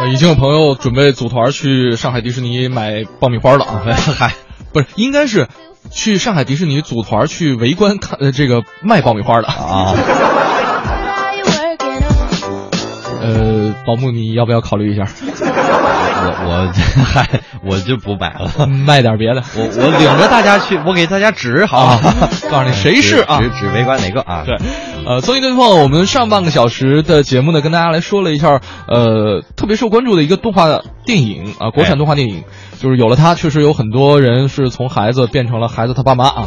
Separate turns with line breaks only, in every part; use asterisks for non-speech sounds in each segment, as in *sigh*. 呃已经有朋友准备组团去上海迪士尼买爆米花了啊！ *laughs* 嗨，不是，应该是去上海迪士尼组团去围观看呃这个卖爆米花的啊。呃，保姆，你要不要考虑一下？
我我嗨，我就不买
*laughs*
了。
卖点别的。
我我领着大家去，我给大家指好，
告诉你谁是啊
啊指指围观哪个啊？
对，呃，综艺对碰，我们上半个小时的节目呢，跟大家来说了一下，呃，特别受关注的一个动画电影啊、国产动画电影，就是有了它，确实有很多人是从孩子变成了孩子他爸妈啊，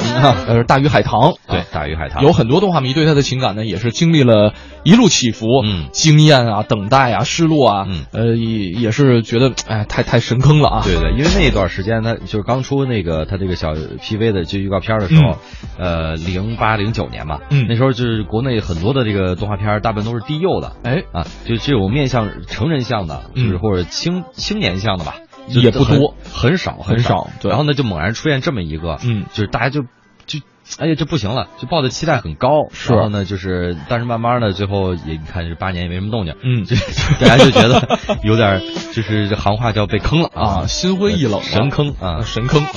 呃，大鱼海棠，
对
啊，
大鱼海棠
有很多动画迷对他的情感呢，也是经历了一路起伏，
嗯
惊艳啊，等待啊，失落啊，
嗯
呃，也也是觉得哎，太太深坑了啊，
对对，因为那一段时间，他就是刚出那个他这个小 PV 的就预告片的时候，呃，零八零九年吧，
嗯
那时候就是国内很多的这个动画片儿，大部分都是低幼的
哎，
啊，就这种面向成人向的，
嗯
就是或者青青年向的吧，就
也不
很
多，
很少
很
少。
少对
然后呢，就猛然出现这么一个，
嗯
就是大家就就。哎呀，这不行了，就抱的期待很高，
是
然后呢，就是，但是慢慢的，最后也你看这八年也没什么动静，
嗯
*laughs* 就大家就觉得 *laughs* 有点儿，就是这行话叫被坑了
啊，心灰意冷了，
神坑啊
神坑啊！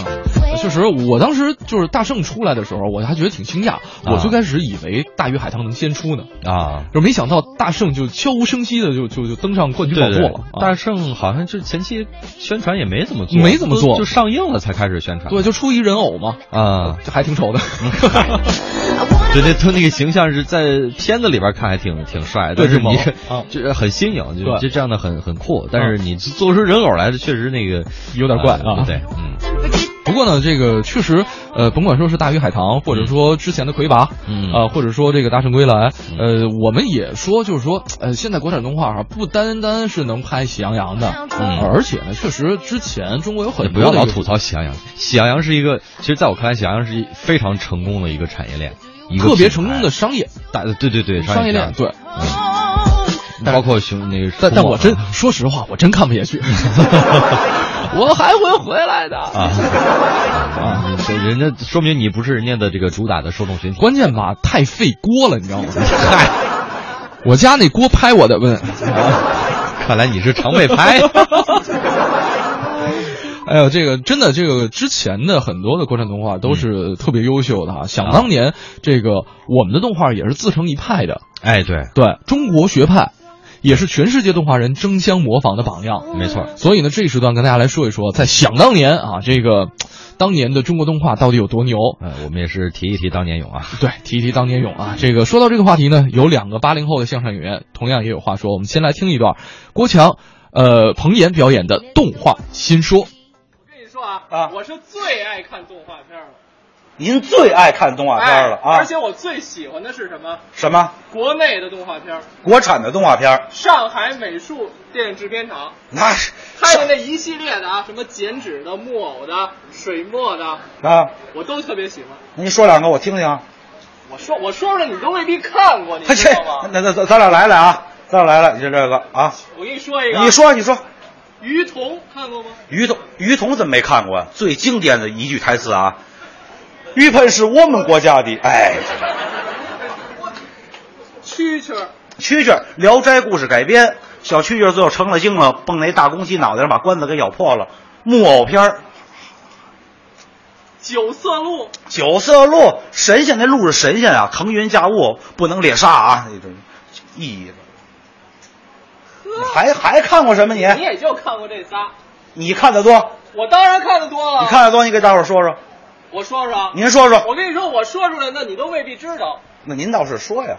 确实，我当时就是大圣出来的时候，我还觉得挺惊讶。我最开始以为《大鱼海棠》能先出呢，
啊。
就没想到大圣就悄无声息的就就就登上冠军宝
对
座
对
了。，啊
大圣好像就前期宣传也没怎么做，
没怎么做
都就上映了才开始宣传。
对，就出一人偶嘛，
啊，
这还挺丑的。
对对，他那个形象是在片子里边看还挺挺帅，
对
但是
挺猛
*laughs* 你
啊
就是很新颖，就
对嗯
就这样的很很酷。但是你做出人偶来，确实那个
有点怪啊
对，嗯，
不过呢，这个确实，呃，甭管说是《大鱼海棠》，或者说之前的《魁拔》，
嗯
呃，或者说这个《大圣归来》，呃，我们也说，就是说，呃，现在国产动画啊，不单单是能拍《喜羊羊》的，
嗯
而且呢，确实之前中国有
也
很
嗯不
多
要
的
老
一个
吐槽喜羊羊。喜羊羊是一个，其实在我看来，喜羊羊是一非常成功的一个产业链，一个
特别
品
成
牌
功的商业
大，对对对，
商业链，
链，
对。
包括熊那个，
但但
苏
我
沫
真说实话，我真看不下
*laughs*
去，我还会回来的。
啊啊！
*laughs*
对人家说明你不是人家的这个主打的受众群体。
关键吧，太费锅了，你知道吗？嗨，我家那锅拍我的问。
*laughs* 看来你是常被拍。
哎呦，这个真的，这个之前的很多的国产动画都是特别优秀的哈。想当年，这个我们的动画也是自成一派的，
哎，对，
对中国学派，也是全世界动画人争相模仿的榜样。
没错。
所以呢，这一时段跟大家来说一说，在想当年啊，这个当年的中国动画到底有多牛？
呃，我们也是提一提当年勇啊。
对，提一提当年勇啊。这个说到这个话题呢，有两个八零后的相声演员同样也有话说。我们先来听一段郭强，呃，彭岩表演的动画新说。
跟你说啊，
啊
我是最爱看动画片了，
您最爱看动画片了啊？
哎而且我最喜欢的是什么？
什么
国内的动画片，
国产的动画片？
上海美术电影制片厂
那是
拍的那一系列的啊，什么剪纸的、木偶的、水墨的，
啊！
我都特别喜欢。
您说两个我听听啊。
我说我说出来你都未必看过，你
嘿
知道吗？
那那咱咱俩来来啊，咱俩来来，就这个啊。
我给你说一个，
你说你说，
于童看过吗？
于童于童怎么没看过？最经典的一句台词啊，于喷是我们国家的，哎，
蛐蛐儿，
蛐蛐儿《聊斋故事》改编，小蛐蛐儿最后成了精了，蹦那大公鸡脑袋上把棺材给咬破了。木偶片儿
九色鹿，
九色鹿，神仙那鹿是神仙啊，腾云驾雾，不能猎杀啊，那种意义。你还还看过什么你？
啊你也就看过这仨。
你看的多，
我当然看的多了。
你，看的多，你给大伙儿说说，
我说说啊，
您说说。
我跟你说，我说出来那你都未必知道。
那您倒是说呀，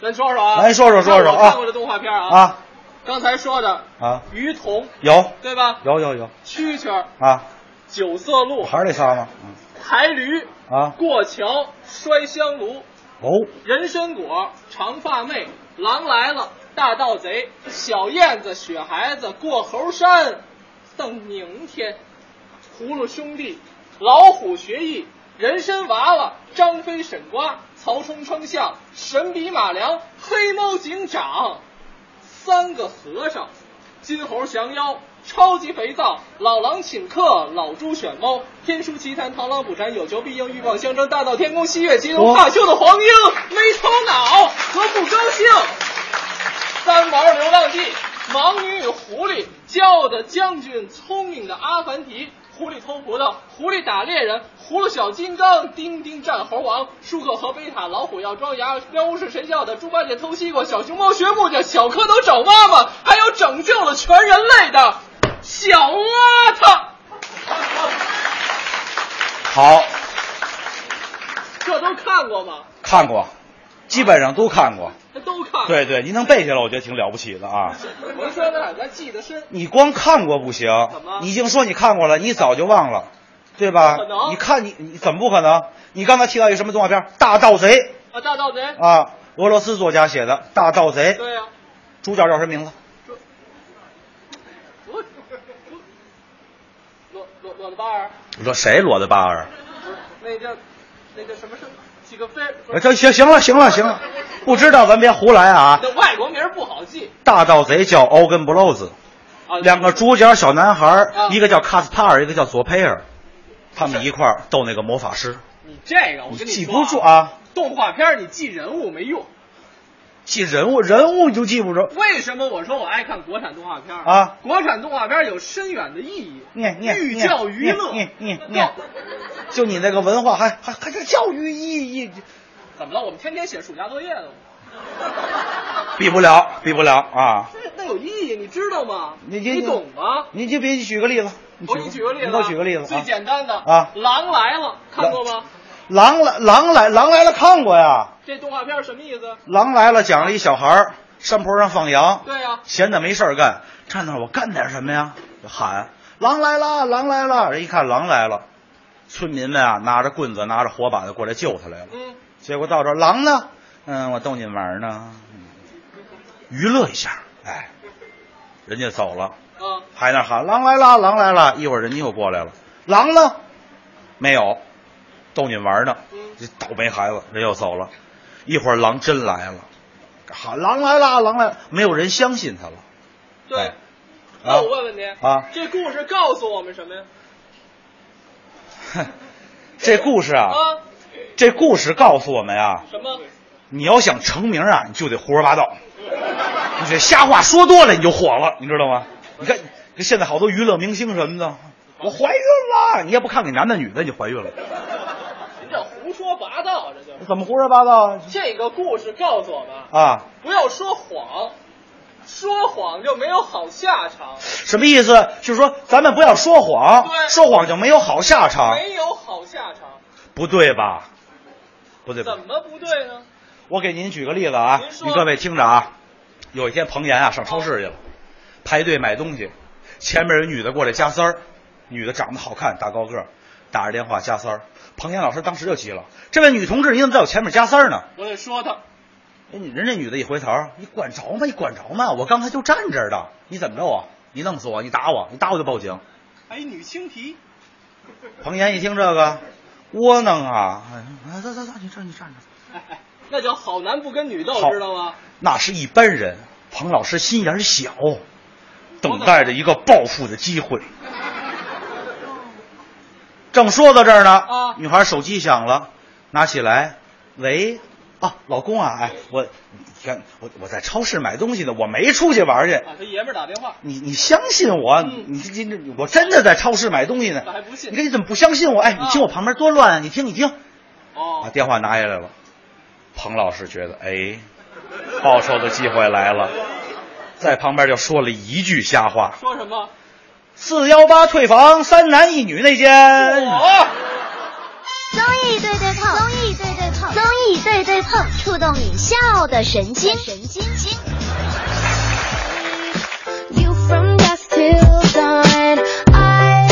咱说说啊，
咱说说说说
看
啊
我看过的动画片啊，
啊
刚才说的
啊，
于童，
有
对吧？
有有有
蛐蛐儿、
啊，
九色鹿、
还是这仨吗？嗯
海驴、
啊，
过桥、摔香炉、
哦，
人参果、长发妹、狼来了、大盗贼、小燕子、雪孩子、过猴山、等明天、葫芦兄弟、老虎学艺、人参娃娃、张飞沈瓜、曹冲称象、神笔马良、黑猫警长、三个和尚、金猴降妖、超级肥皂、老狼请客、老猪选猫、天书奇谭、螳螂捕蝉，有求必应，鹬蚌相争，大闹天宫，西岳金龙，
哇
怕羞的黄莺，没头脑和不高兴。三毛流浪地、盲女与狐狸、骄傲的将军、聪明的阿凡提、狐狸偷葡萄、狐狸打猎人、葫芦小金刚、丁丁战猴王、舒克和贝塔、老虎要装牙、喵呜是神笑的、猪八戒偷西瓜、小熊猫学步去、小蝌蚪找妈妈，还有拯救了全人类的小邋遢。
好，
这都看过吗？
看过，基本上都看过。
那都看。，
对对，您能背下来，我觉得挺了不起的啊。
我说那咱记得深。
你光看过不行
怎么，
你已经说你看过了，你早就忘了，对吧
不可？能
你看你你怎么不可能？你刚才提到一个什么动画片儿？大盗贼
啊，大盗贼。
啊，俄罗斯作家写的《大盗贼》，
对呀、
主角叫什么名字？
罗罗罗罗德巴尔，
说谁？罗德巴尔？
不是 *laughs* 那叫那叫什么是几个飞？不
呃
是
这行行了行了行了，不知道咱别胡来啊！
那外国名儿不好记
大盗贼叫欧根布洛兹，
啊。
两个主角小男孩儿
啊，
一个叫卡斯帕尔，一个叫佐佩尔，他们一块儿斗那个魔法师。
你这个我跟
记
说
不住！啊，
动画片儿你记人物没用，
记人物人物你就记不住。
为什么我说我爱看国产动画片儿
啊？
国产动画片儿有深远的意义，
念念
寓
念
教于乐。
念念
*laughs* 那
念，就你那个文化还还还是教育意义，
怎么了？我们天天写暑假作业呢。
比不了，比不了啊！
这 *laughs* 那有意义，你知道吗？
你你
你懂吗？
你就别举个例子，
我给你举个例子啊，
你给我举个例子
最
啊！
简单的
啊
狼来了，看过吗？
狼来狼来狼来了，看过呀？
这动画片什么意思？
狼来了，讲了一小孩儿山坡上放羊，
对呀、
闲的没事儿干，站那儿我干点什么呀？就喊狼来了，狼来了！人一看狼来了，村民们啊拿着棍子拿着火把子过来救他来了。
嗯，
结果到这儿狼呢，嗯，我逗你玩儿呢，嗯娱乐一下，哎，人家走了，
啊，
还那喊狼来了，狼来了，一会儿人家又过来了，狼呢？没有，逗你玩儿呢
嗯，
这倒霉孩子，人又走了，一会儿狼真来了，喊狼来了，狼来了，没有人相信他了，
对。
哎
那我问问你
啊
这故事告诉我们什么呀？
哼啊 *laughs* 这故事啊，
啊，
这故事告诉我们啊，
什么？
你要想成名啊，你就得胡说八道，你这瞎话说多了你就火了，你知道吗？你看现在好多娱乐明星什么的，我怀孕了，你也不看看男的女的，你就怀孕了，
您这胡说八道，这就是。
怎么胡说八道啊
这个故事告诉我们，
啊？
不要说谎，说谎就没有好下场，
什么意思？就是说咱们不要说谎
对，
说谎就没有好下场，
没有好下场，
不对吧？不对吧
怎？么不对呢？
我给您举个例子啊
您，说
你各位听着啊，有一天彭岩啊上超市去了，排队买东西，前面有女的过来加塞儿，女的长得好看，大高个儿，打着电话加塞儿，彭岩老师当时就急了，这位女同志你怎么在我前面加塞儿呢？
我得说他，
哎，你人这女的一回头，你管着吗？你管着吗？我刚才就站这儿的，你怎么着啊？你弄死我！你打我！你打我就报警。
哎，女青提，
彭岩一听这个，窝囊啊！哎，走走走，你站你站着。
哎哎， *laughs* 那叫好男不跟女斗
好，
知道吗？？
那是一般人，彭老师心眼儿小，等待着一个报复的机会。正说到这儿呢，
啊
女孩手机响了，拿起来，喂，啊，老公啊，哎，我，天，我我在超市买东西呢，我没出去玩去。
啊，他爷们儿打电话，
你你相信我，
嗯
你你你我真的在超市买东西呢
那。还不信
你看你怎么不相信我？哎，你
啊
听我旁边多乱啊！你听你听，把
哦，
电话拿下来了。彭老师觉得，哎，报仇的机会来了，在旁边就说了一句瞎话
说什么？：“
四幺八退房，三男一女那间。
我
综艺对对碰，综艺对对碰，综艺对对碰，触动你笑的神经，神经经。
You from dusk till dawn. I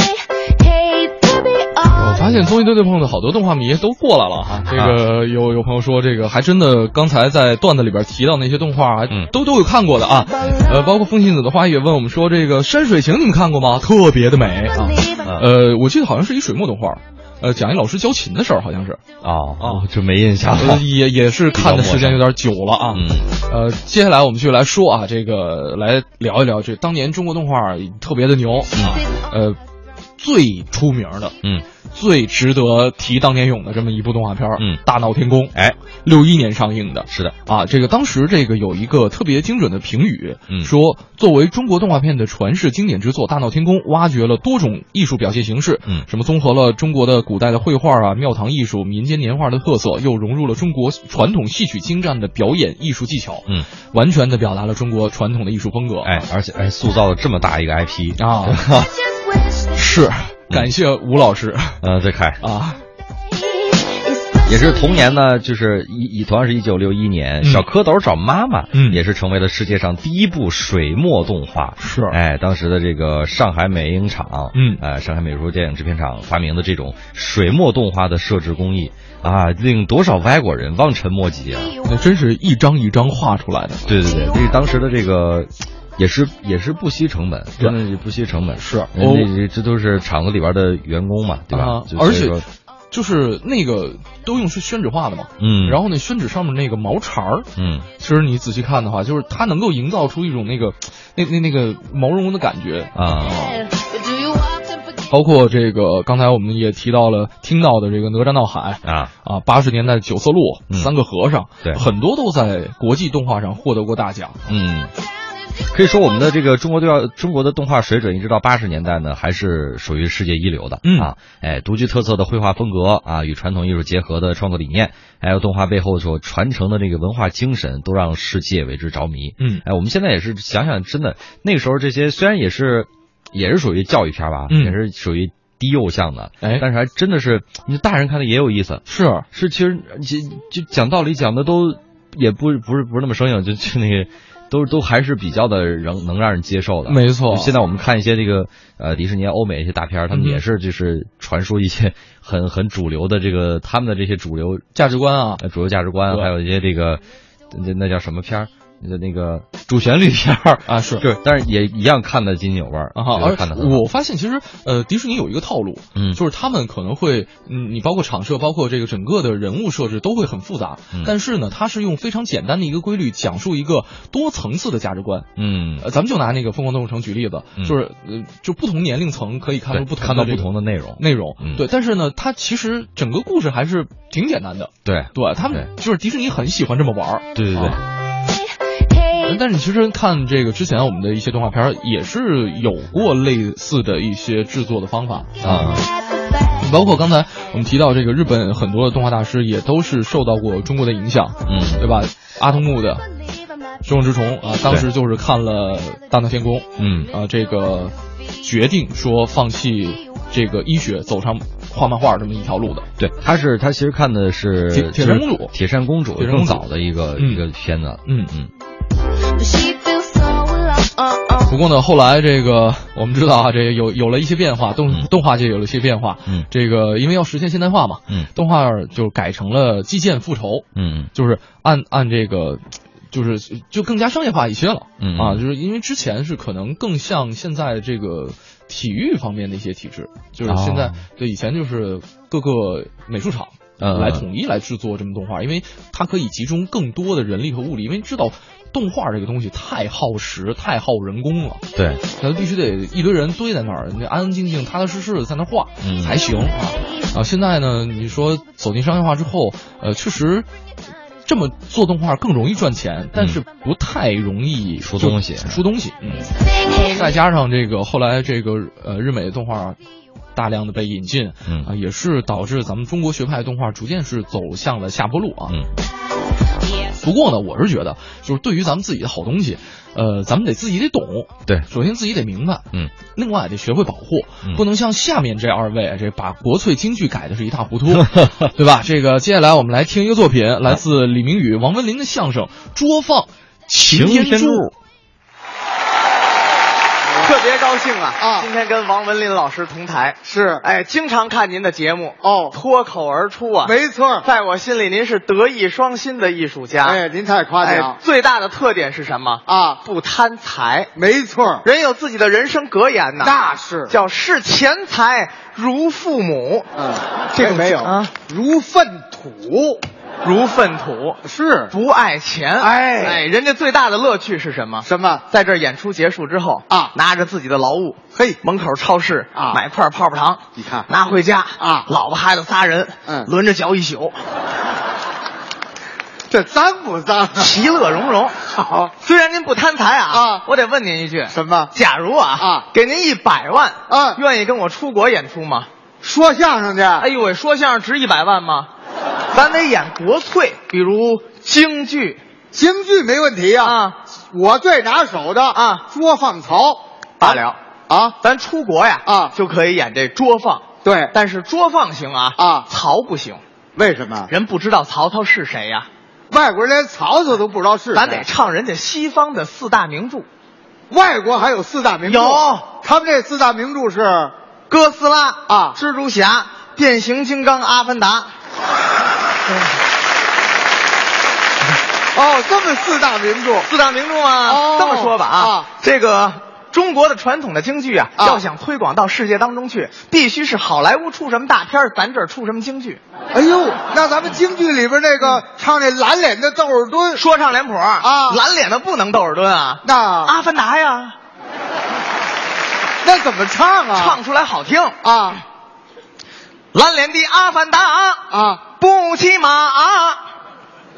hate to be
我
all
发现综艺对对碰的好多动画迷都过来了哈，这
啊
个有有朋友说这个还真的，刚才在段子里边提到那些动画，还
嗯
都都有看过的啊，呃，包括风信子的花也问我们说这个《山水情》你们看过吗？特别的美啊，
嗯
believe.
呃，我记得好像是一水墨动画，呃，讲一老师教琴的事儿，好像是，
哦哦，这没印象
呃
了。
也也是看的时间有点久了啊，
嗯，
呃，接下来我们就来说啊，这个来聊一聊这当年中国动画特别的牛啊，呃，最出名的，
嗯，
最值得提当年勇的这么一部动画片儿
嗯
大闹天宫》。
哎，
六一年上映的。
是的，
啊，这个当时这个有一个特别精准的评语，
嗯
说作为中国动画片的传世经典之作，《大闹天宫》挖掘了多种艺术表现形式，
嗯
什么综合了中国的古代的绘画啊、庙堂艺术、民间年画的特色，又融入了中国传统戏曲精湛的表演艺术技巧，
嗯，
完全的表达了中国传统的艺术风格。
哎，而且哎，塑造了这么大一个 IP，
啊，
*laughs*
Just wish
是
嗯
感谢吴老师
呃，对，凯
啊，
也是同年呢，就是一一同样是一九六一年，
嗯
小蝌蚪找妈妈，
嗯
也是成为了世界上第一部水墨动画。
是
哎，当时的这个上海美影厂，
嗯
呃，上海美术电影制片厂发明的这种水墨动画的设置工艺啊，令多少外国人望尘莫及啊！
那真是一张一张画出来的。
对对对，这是当时的这个。也是也是不惜成本，真的是不惜成本。是，
哦
这这都是厂子里边的员工嘛，对吧
啊？
就所以
而且
说
就是那个都用是宣纸画的嘛，
嗯，
然后那宣纸上面那个毛茬儿，
嗯，
其实你仔细看的话，就是它能够营造出一种那个那那那个毛茸茸的感觉。
啊，
Do you often forget?
包括这个，刚才我们也提到了，听到的这个《哪吒闹海》
啊，
啊，八十年代九色鹿、
嗯
三个和尚，
对
很多都在国际动画上获得过大奖。
嗯，可以说我们的这个中国对要中国的动画水准，一直到八十年代呢，还是属于世界一流的。
嗯
啊，哎，独具特色的绘画风格啊，与传统艺术结合的创作理念，还有动画背后所传承的这个文化精神，都让世界为之着迷。
嗯
哎，我们现在也是想想，真的那个时候这些虽然也是也是属于教育片吧，
嗯
也是属于低幼向的，
哎
但是还真的是你大人看的也有意思。
是，
是其实就就讲道理讲的都也不不是不是那么生硬，就就那个都都还是比较的能能让人接受的。
没错
就现在我们看一些这个呃迪士尼、欧美一些大片儿，他
嗯
们也是就是传输一些很很主流的这个他们的这些主流
价值观啊，
呃主流价值观，
对
还有一些这个那那叫什么片儿？那那个主旋律片儿
啊是
对，但是也一样看的津津有味儿
啊哈，
觉得
而
看的很好
我发现其实呃，迪士尼有一个套路，
嗯
就是他们可能会，嗯，你包括场设，包括这个整个的人物设置都会很复杂，
嗯
但是呢，它是用非常简单的一个规律讲述一个多层次的价值观。
嗯
呃，咱们就拿那个《疯狂动物城》举例子，
嗯
就是呃，就不同年龄层可以看出
对
不同
看到
这
不
个
同的内容，
内容，
嗯
对，但是呢，它其实整个故事还是挺简单的，
对
对他们就是迪士尼很喜欢这么玩儿。
对对对。
呃但是其实看这个之前我们的一些动画片儿也是有过类似的一些制作的方法
啊
包括刚才我们提到这个日本很多的动画大师也都是受到过中国的影响，
嗯
对吧？阿童木的《生活之虫》啊，当时就是看了《大闹天宫》，
嗯
啊，这个决定说放弃这个医学，走上画漫画这么一条路的。
对，他是他其实看的是
铁铁扇公主
就是铁扇公主
铁扇公
更
主
早的一个、
嗯
一个片子，
嗯
嗯，
She feels so uh, alone.
不过呢，后来这个我们知道啊，这个有有了一些变化，动
嗯
动画界有了一些变化。
嗯
这个因为要实现现代化嘛，
嗯
动画就改成了基建复仇，
嗯
就是按按这个，就是就更加商业化一些了。
嗯
啊，就是因为之前是可能更像现在这个体育方面的一些体制，就是现在、
哦
对以前就是各个美术厂。
嗯
来
嗯
统一来制作这么动画，因为它可以集中更多的人力和物力，因为知道动画这个东西太耗时、太耗人工了，
对，
那必须得一堆人堆在那儿，你安安静静、踏踏实实的在那儿画、
嗯
才行
uh,
啊。啊，现在呢，你说走进商业化之后，呃，确实这么做动画更容易赚钱，但是不太容易
出
就
东西
出东西，嗯。再加上这个后来这个呃日美动画大量的被引进，啊、
嗯
也是导致咱们中国学派动画逐渐是走向了下坡路啊。
嗯
不过呢，我是觉得，就是对于咱们自己的好东西，呃，咱们得自己得懂。
对
首先自己得明白，
嗯，
另外得学会保护，
嗯
不能像下面这二位这把国粹京剧改的是一塌糊
*laughs*
涂，对吧？这个接下来我们来听一个作品，来自李明宇、王文林的相声《捉放
擎
擎
天
柱》。
柱
特别高兴啊！
啊
今天跟王文林老师同台，
是
哎，经常看您的节目
哦
脱口而出啊！
没错儿。
在我心里您是德艺双馨的艺术家。
哎，您太夸奖
哎，最大的特点是什么？
啊！
不贪财，
没错儿，
人有自己的人生格言呐，
那是
叫视钱财如父母。
嗯，
这
这
种
没有
啊
如粪土，
哎如粪土，
是
不爱钱。
哎
哎，人家最大的乐趣是什么？
什么？
在这儿演出结束之后
啊
拿着自己的劳务，
嘿
门口超市
啊
买块泡泡糖，
你看
拿回家
啊
老婆孩子仨人，
嗯
轮着嚼一宿，
这脏不脏啊？
其乐融融。
好，
虽然您不贪财啊，
啊
我得问您一句，
什么
假如啊
啊
给您一百万，
嗯
愿意跟我出国演出吗？
说相声去？
哎呦喂，说相声值一百万吗？咱得演国粹，比如京剧
京剧没问题呀、
啊，
我最拿手的
啊
捉放曹
罢了。
啊，
咱出国呀
啊
就可以演这捉放，
对，
但是捉放行啊
啊
曹不行，
为什么
人不知道曹操是谁呀、
外国人连曹操都不知道是谁？
咱得唱人家西方的四大名著，
外国还有四大名著，
有
他们这四大名著是
哥斯拉
啊
蜘蛛侠、变形金刚、阿凡达，
哦，这么四大名著，
四大名著啊。
哦
这么说吧啊，
啊
这个中国的传统的京剧啊，
啊
要想推广到世界当中去，必须是好莱坞出什么大片儿，咱这儿出什么京剧。
哎呦，那咱们京剧里边那个唱那蓝脸的窦尔敦，
嗯说唱脸谱
啊
蓝脸的不能窦尔敦啊，
那、
阿凡达呀，
*laughs* 那怎么唱啊？
唱出来好听。
啊
蓝脸的阿凡达
啊，
不骑马，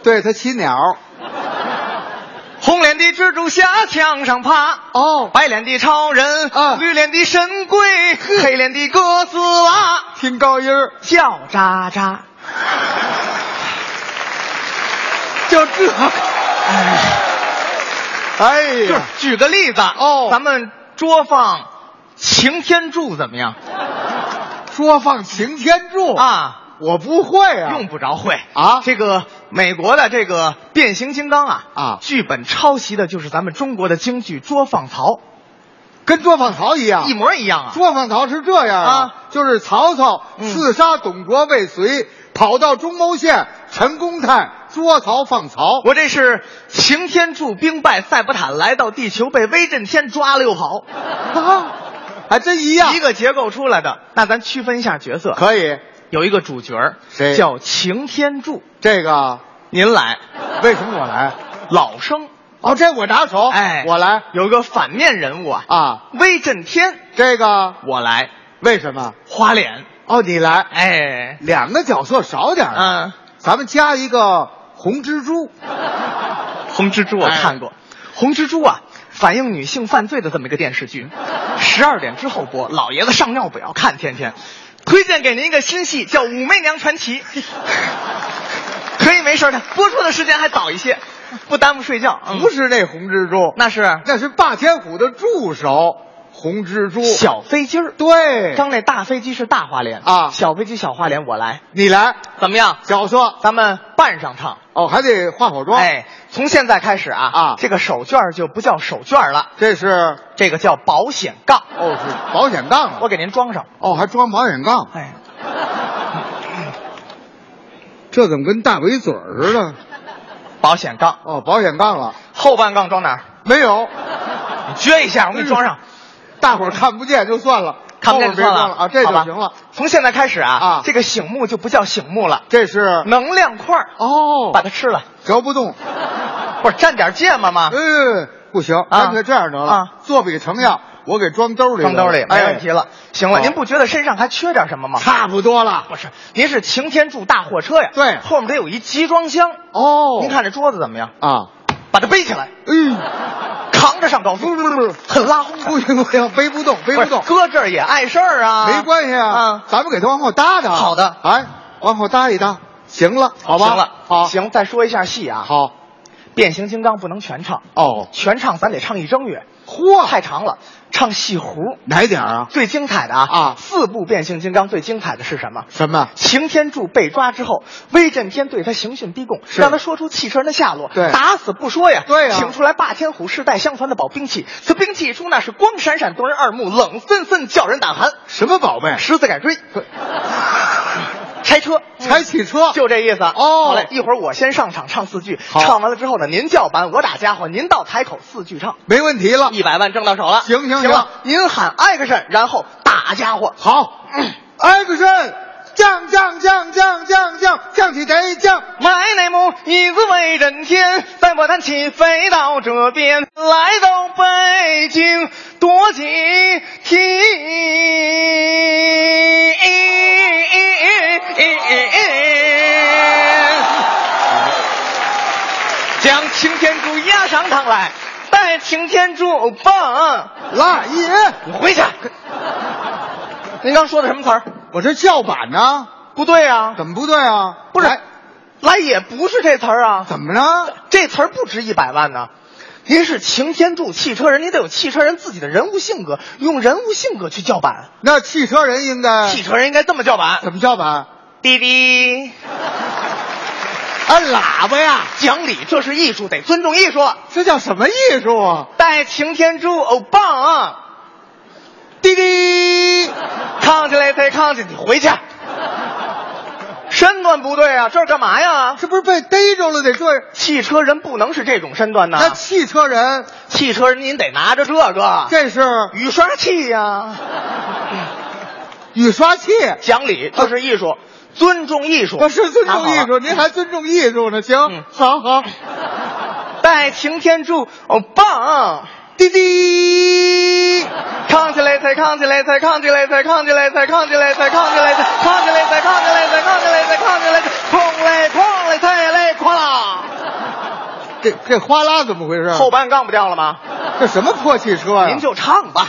对他骑鸟
红脸的蜘蛛侠墙上爬。
哦，
白脸的超人，
啊
绿脸的神龟，黑脸的哥斯拉，
听高音儿，
叫喳喳。
就这，哎
就是
呀，
举个例子
哦
咱们桌放《擎天柱》怎么
*laughs*
样
说放擎天柱，
啊？
我不会啊，
用不着会
啊
这个美国的这个变形金刚啊
啊
剧本抄袭的就是咱们中国的京剧《捉放曹
跟捉放曹一》，样
一。模一样啊。
捉放曹是这样
啊
就是曹操
嗯
刺杀董卓未遂，跑到中牟县，陈公探捉曹放曹。
我这是擎天柱兵败塞伯坦，来到地球被威震天抓了又跑，
啊，还真一样，
一个结构出来的。那咱区分一下角色，
可以。
有一个主角儿
谁
叫擎天柱，
这个
您来，
为什么我来？
老生，
哦，这我拿手，
哎，
我来
有一个反面人物啊，
啊。
威震天，
这个
我来，
为什么？
花脸，
哦，你来，
哎，
两个角色少点儿啊，
嗯，
咱们加一个红蜘蛛。哎
红蜘蛛我看过，红蜘蛛啊。反映女性犯罪的这么一个电视剧，十二点之后播，老爷子上尿不要看，天天。推荐给您一个新戏，叫《武媚娘传奇》， *laughs* 可以没事的，播出的时间还早一些，不耽误睡觉。嗯
不，是那红蜘蛛，
那是
那是霸天虎的助手红蜘蛛。
小飞机儿。
哎
对，
刚那大飞机是大花脸
啊
小飞机小花脸我来，
你来
怎么样？
角色
咱们扮上唱。
哦，还得化好妆。，
哎，从现在开始啊
啊
这个手绢儿就不叫手绢儿了，
这是哦
这个叫保险杠。
是保险杠
我
啊，
给您装上。
哦还装保险杠，
哎，
这怎么跟大围嘴儿似的？
保险杠
哦，保险杠了
后半杠装哪儿？
没有？嗯
你撅一下，我给你装上。
大伙儿看不见就算了， *laughs*
看不见
后
就
边别
算
装
了
了啊，这就
好吧
行了。
从现在开始啊，
啊
这个醒目就不叫醒目了，
这是
能量块儿
哦
把它吃了，
嚼不动，
不是蘸点芥末吗？
嗯，不行，干脆这样得
啊
了，做笔成样，我给装兜里，
装兜里，没
哎
问题了。行了，
好
您不觉得身上还缺点什么吗？
差不多了。
不是，您是擎天柱大货车呀，
对
后面得有一集装箱。
哦，
您看这桌子怎么样？
啊，
把它背起来，
嗯，
扛着上高速
不，不不，
很拉轰的。
不行不行，背不动，背
不
不
是
动，
搁这儿也碍事儿啊，
没关系啊
啊，，
咱们给它往后搭搭。
好的
哎，往后搭一搭，行了，好吧，
行了，
好，，
行，再说一下戏啊，，
好，
变形金刚不能全唱，
哦，
全唱咱得唱一正月，
嚯
太长了，唱戏胡。
哪点儿啊？
最精彩的啊
啊
四部变形金刚最精彩的是什么？
什么？
擎天柱被抓之后，威震天对他刑讯逼供，
是
让他说出汽车人的下落，
对
打死不说呀。
对啊呀
请出来霸天虎世代相传的宝兵器，此兵器一出，那是光闪闪夺人耳目，冷森森叫人胆寒。
什么宝贝？
狮子改锥， *laughs* 拆车，
拆汽
*laughs*
车
就这意思。
哦
好嘞，一会儿我先上场唱四句，
好
唱完了之后呢，您叫板，我打家伙，您到台口四句唱，
没问题了，
一百万挣到手了。
行行
行了
行，
*clears throat* 您喊 action，然后打家伙。
哎好，action，加降降降降降降降起贼降。
买内幕，一字为人天。载我单骑飞到这边，来到北京多几天。将擎天柱压上堂来，带擎天柱蹦
来一人，
你回去。您刚说的什么词儿？
我这叫板呢？
不对啊，
怎么不对啊？
不是
来，
来也不是这词儿啊。
怎么了？
这词儿不值一百万呢。您是擎天柱汽车人，您得有汽车人自己的人物性格，用人物性格去叫板。
那汽车人应该
汽车人应该这么叫板：
怎么叫板？
滴滴，
按啊喇叭呀，
讲理，这是艺术，得尊重艺术。
这叫什么艺术啊？
带擎天柱，哦棒啊！滴滴，扛起来再扛起来，你回去。身段不对啊，这是干嘛呀？
这不是被逮着了得这样？
汽车人不能是这种身段呐。
那汽车人
汽车人您得拿着这个，
这是
雨刷器呀、
雨刷器，
讲理，这是艺术，尊重艺术。
我是尊重艺
拿好
术，
了
您还尊重艺术呢？行，
嗯
好好，
带擎天柱，哦棒！
滴
嗯
滴，
扛起来，再扛起来，再扛起来，再扛起来，再扛起来，再扛起来，再扛起来，再扛起来，再扛起来，再扛起来，哐嘞哐嘞，再嘞哐啦！
这这哗啦怎么回事？
后半杠不掉了吗？
哦这什么破汽车呀、
您就唱吧。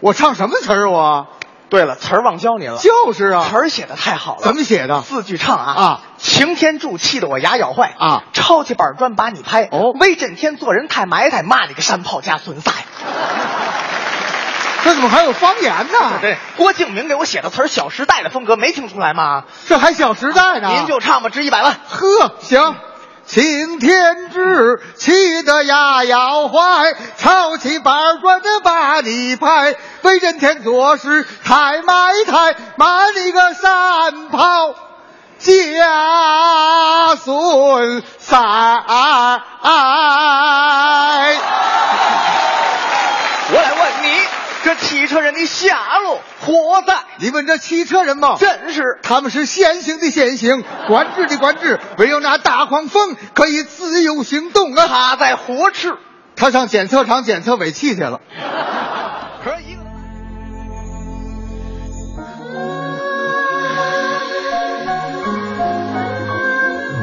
我唱什么词儿？我
对了，词儿忘教您了，
就是啊，
词儿写的太好了。
怎么写的？
四句唱啊
啊！
擎天柱气得我牙咬坏
啊
抄起板砖把你拍
哦
威震天做人太埋汰，骂你个山炮加损塞。
这怎么还有方言呢？
对，郭敬明给我写的词儿，《小时代》的风格没听出来吗？
这还《小时代》呢？
您就唱吧，值一百万。
呵，行。擎天志气得牙咬坏，抄起板砖的把你拍，威震天做事太埋汰，骂你个山炮加损塞。
我来问你，这汽车人的下落活在
你问这汽车人吗？
真是
他们是先行的先行，管制的管制，唯有那大黄蜂可以自由行动啊！
他在活吃。
他上检测厂检测尾气去了。
可一个。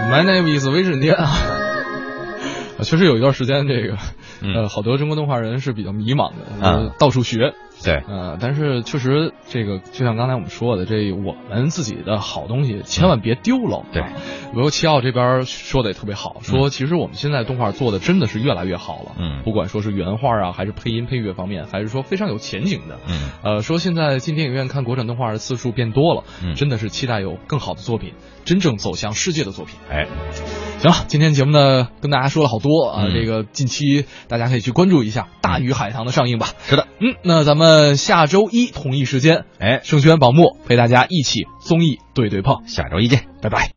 My name is 威震天啊。啊确实有一段时间，这个呃，
嗯
好多中国动画人是比较迷茫的，
嗯
呃到处学。
对，
呃，但是确实，这个就像刚才我们说的，这我们自己的好东西千万别丢了。
嗯对
啊，尤其奥这边说的也特别好，说其实我们现在动画做的真的是越来越好了。
嗯
不管说是原画啊，还是配音配乐方面，还是说非常有前景的。
嗯
呃，说现在进电影院看国产动画的次数变多了，
嗯
真的是期待有更好的作品，真正走向世界的作品。
哎，
行，今天节目呢跟大家说了好多啊，
嗯
这个近期大家可以去关注一下《大鱼海棠》的上映吧。
是的，
嗯，那咱们下周一同一时间，
哎，
盛轩、宝木陪大家一起综艺对对碰，
下周一见。
拜拜。